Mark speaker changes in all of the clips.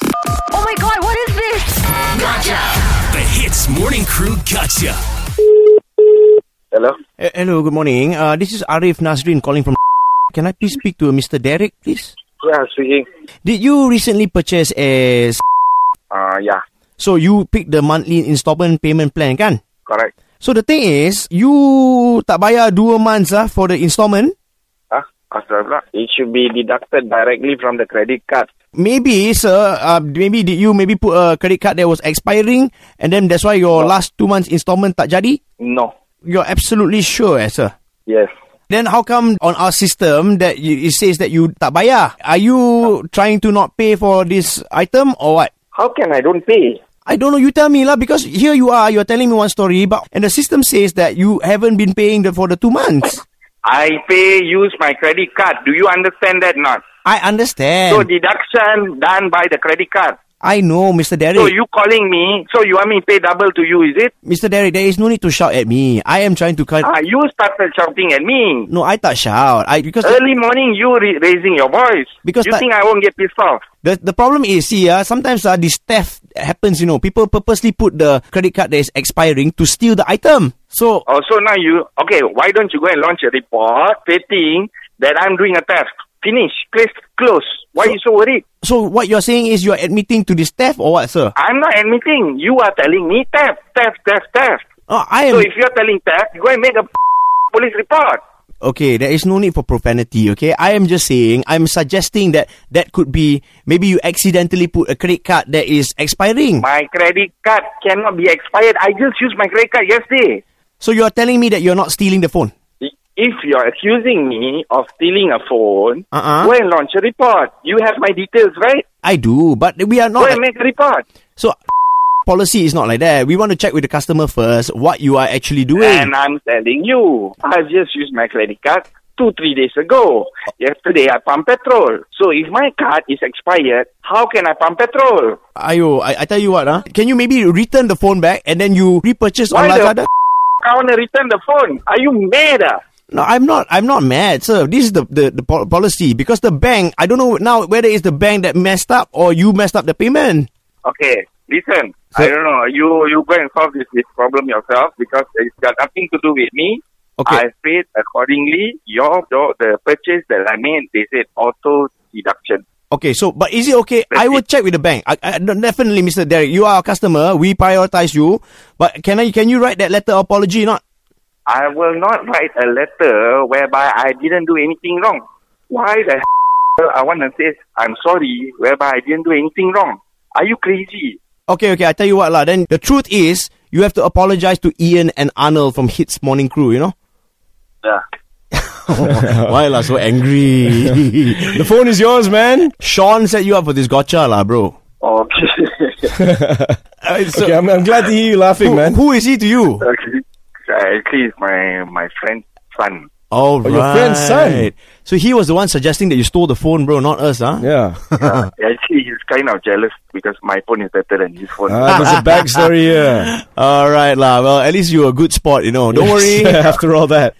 Speaker 1: Oh my god, what is this?
Speaker 2: The Hits Morning Crew Gotcha.
Speaker 3: Hello?
Speaker 4: Eh, Hello, good morning. Uh, this is Arif Nasrin calling from. Can I please speak to Mr. Derek, please?
Speaker 3: Yeah, speaking.
Speaker 4: Did you recently purchase a? s-
Speaker 3: Uh, yeah,
Speaker 4: So you pick the monthly installment payment plan, kan?
Speaker 3: correct.
Speaker 4: So the thing is, you tak bayar 2 months ah for the installment.
Speaker 3: Huh? Astagfirullah. It should be deducted directly from the credit card.
Speaker 4: Maybe, sir, uh, maybe did you maybe put a credit card that was expiring, and then that's why your last 2 months installment tak jadi?
Speaker 3: No.
Speaker 4: You're absolutely sure, eh, sir.
Speaker 3: Yes.
Speaker 4: Then how come on our system that you, it says that you tak bayar? Are you trying to not pay for this item or what?
Speaker 3: How can I don't pay?
Speaker 4: I don't know. You tell me lah because here you are. You're telling me one story, but and the system says that you haven't been paying the, for the two months.
Speaker 3: I pay use my credit card. Do you understand that not?
Speaker 4: I understand.
Speaker 3: So deduction done by the credit card.
Speaker 4: I know, Mr. Derek.
Speaker 3: So you calling me, so you want me pay double to you, is it?
Speaker 4: Mr. Derek, there is no need to shout at me. I am trying to cut.
Speaker 3: Ah, you started shouting at me.
Speaker 4: no, I tak shout. I because
Speaker 3: Early morning, you re- raising your voice.
Speaker 4: Because
Speaker 3: you
Speaker 4: that-
Speaker 3: think I won't get pissed off.
Speaker 4: the the problem is, see, ah, sometimes ah, this theft happens. You know, people purposely put the credit card that is expiring to steal the item. So
Speaker 3: Oh, so now you okay? Why don't you go and launch a report stating that I'm doing a theft? Finish, case close. Why you so worried?
Speaker 4: So what you're saying is you're admitting to this theft or what, sir?
Speaker 3: I'm not admitting. You are telling me theft, theft, theft, theft.
Speaker 4: Oh, I
Speaker 3: So
Speaker 4: am.
Speaker 3: if you're telling theft, you go and make a police report.
Speaker 4: Okay, there is no need for profanity. Okay, I am just saying. I'm suggesting that that could be maybe you accidentally put a credit card that is expiring.
Speaker 3: My credit card cannot be expired. I just used my credit card yesterday.
Speaker 4: So you're telling me that you're not stealing the phone.
Speaker 3: I- If you're accusing me of stealing a phone,
Speaker 4: Uh-uh.
Speaker 3: go and launch a report. You have my details, right?
Speaker 4: I do, but we are
Speaker 3: Go
Speaker 4: not.
Speaker 3: and make a report.
Speaker 4: so policy is not like that. We want to check with the customer first what you are actually doing.
Speaker 3: And I'm telling you, I've just used my credit card two, three days ago. Yesterday, I pumped petrol. So if my card is expired, how can I pump petrol?
Speaker 4: Ayo, I, I tell you what, huh? Can you maybe return the phone back and then you repurchase on
Speaker 3: Why the
Speaker 4: Lazada?
Speaker 3: I want to return the phone. Are you mad? ah?
Speaker 4: No, I'm not. I'm not mad, sir. This is the the, the pol- policy because the bank. I don't know now whether it's the bank that messed up or you messed up the payment.
Speaker 3: Okay, listen.
Speaker 4: So-
Speaker 3: I don't know. You you go and solve this, this problem yourself because it's got nothing to do with me.
Speaker 4: Okay.
Speaker 3: I paid accordingly. Your the, the purchase that I made, they said auto deduction.
Speaker 4: Okay, so but is it okay? I will check with the bank. I, I, no, definitely, Mister Derek, you are our customer. We prioritize you. But can I? Can you write that letter of apology? Not.
Speaker 3: I will not write a letter whereby I didn't do anything wrong. Why the hell I want to say I'm sorry whereby I didn't do anything wrong? Are you crazy?
Speaker 4: Okay, okay. I tell you what, lah. Then the truth is, you have to apologize to Ian and Arnold from Hits Morning Crew. You know.
Speaker 3: Yeah.
Speaker 4: Why lah? So angry.
Speaker 5: The phone is yours, man.
Speaker 4: Sean set you up for this gotcha, lah, bro.
Speaker 3: Oh, Okay.
Speaker 4: Uh, so-
Speaker 5: okay, I'm, I'm glad to hear you laughing,
Speaker 4: who,
Speaker 5: man.
Speaker 4: who is he to you?
Speaker 3: okay. Actually, it's my my friend's son.
Speaker 4: All right.
Speaker 5: your friend's son.
Speaker 4: So he was the one suggesting that you stole the phone, bro, not us, huh?
Speaker 5: Yeah.
Speaker 3: Actually, he's kind of jealous because my phone is better than his phone.
Speaker 5: Ah, there's a backstory here.
Speaker 4: All right, lah. Well, at least you're a good sport, you know. Don't worry.
Speaker 5: After all that.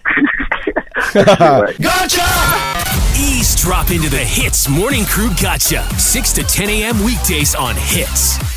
Speaker 2: Ease drop into the Hits Morning Crew Gotcha. 6 to 10 a.m. weekdays on Hits.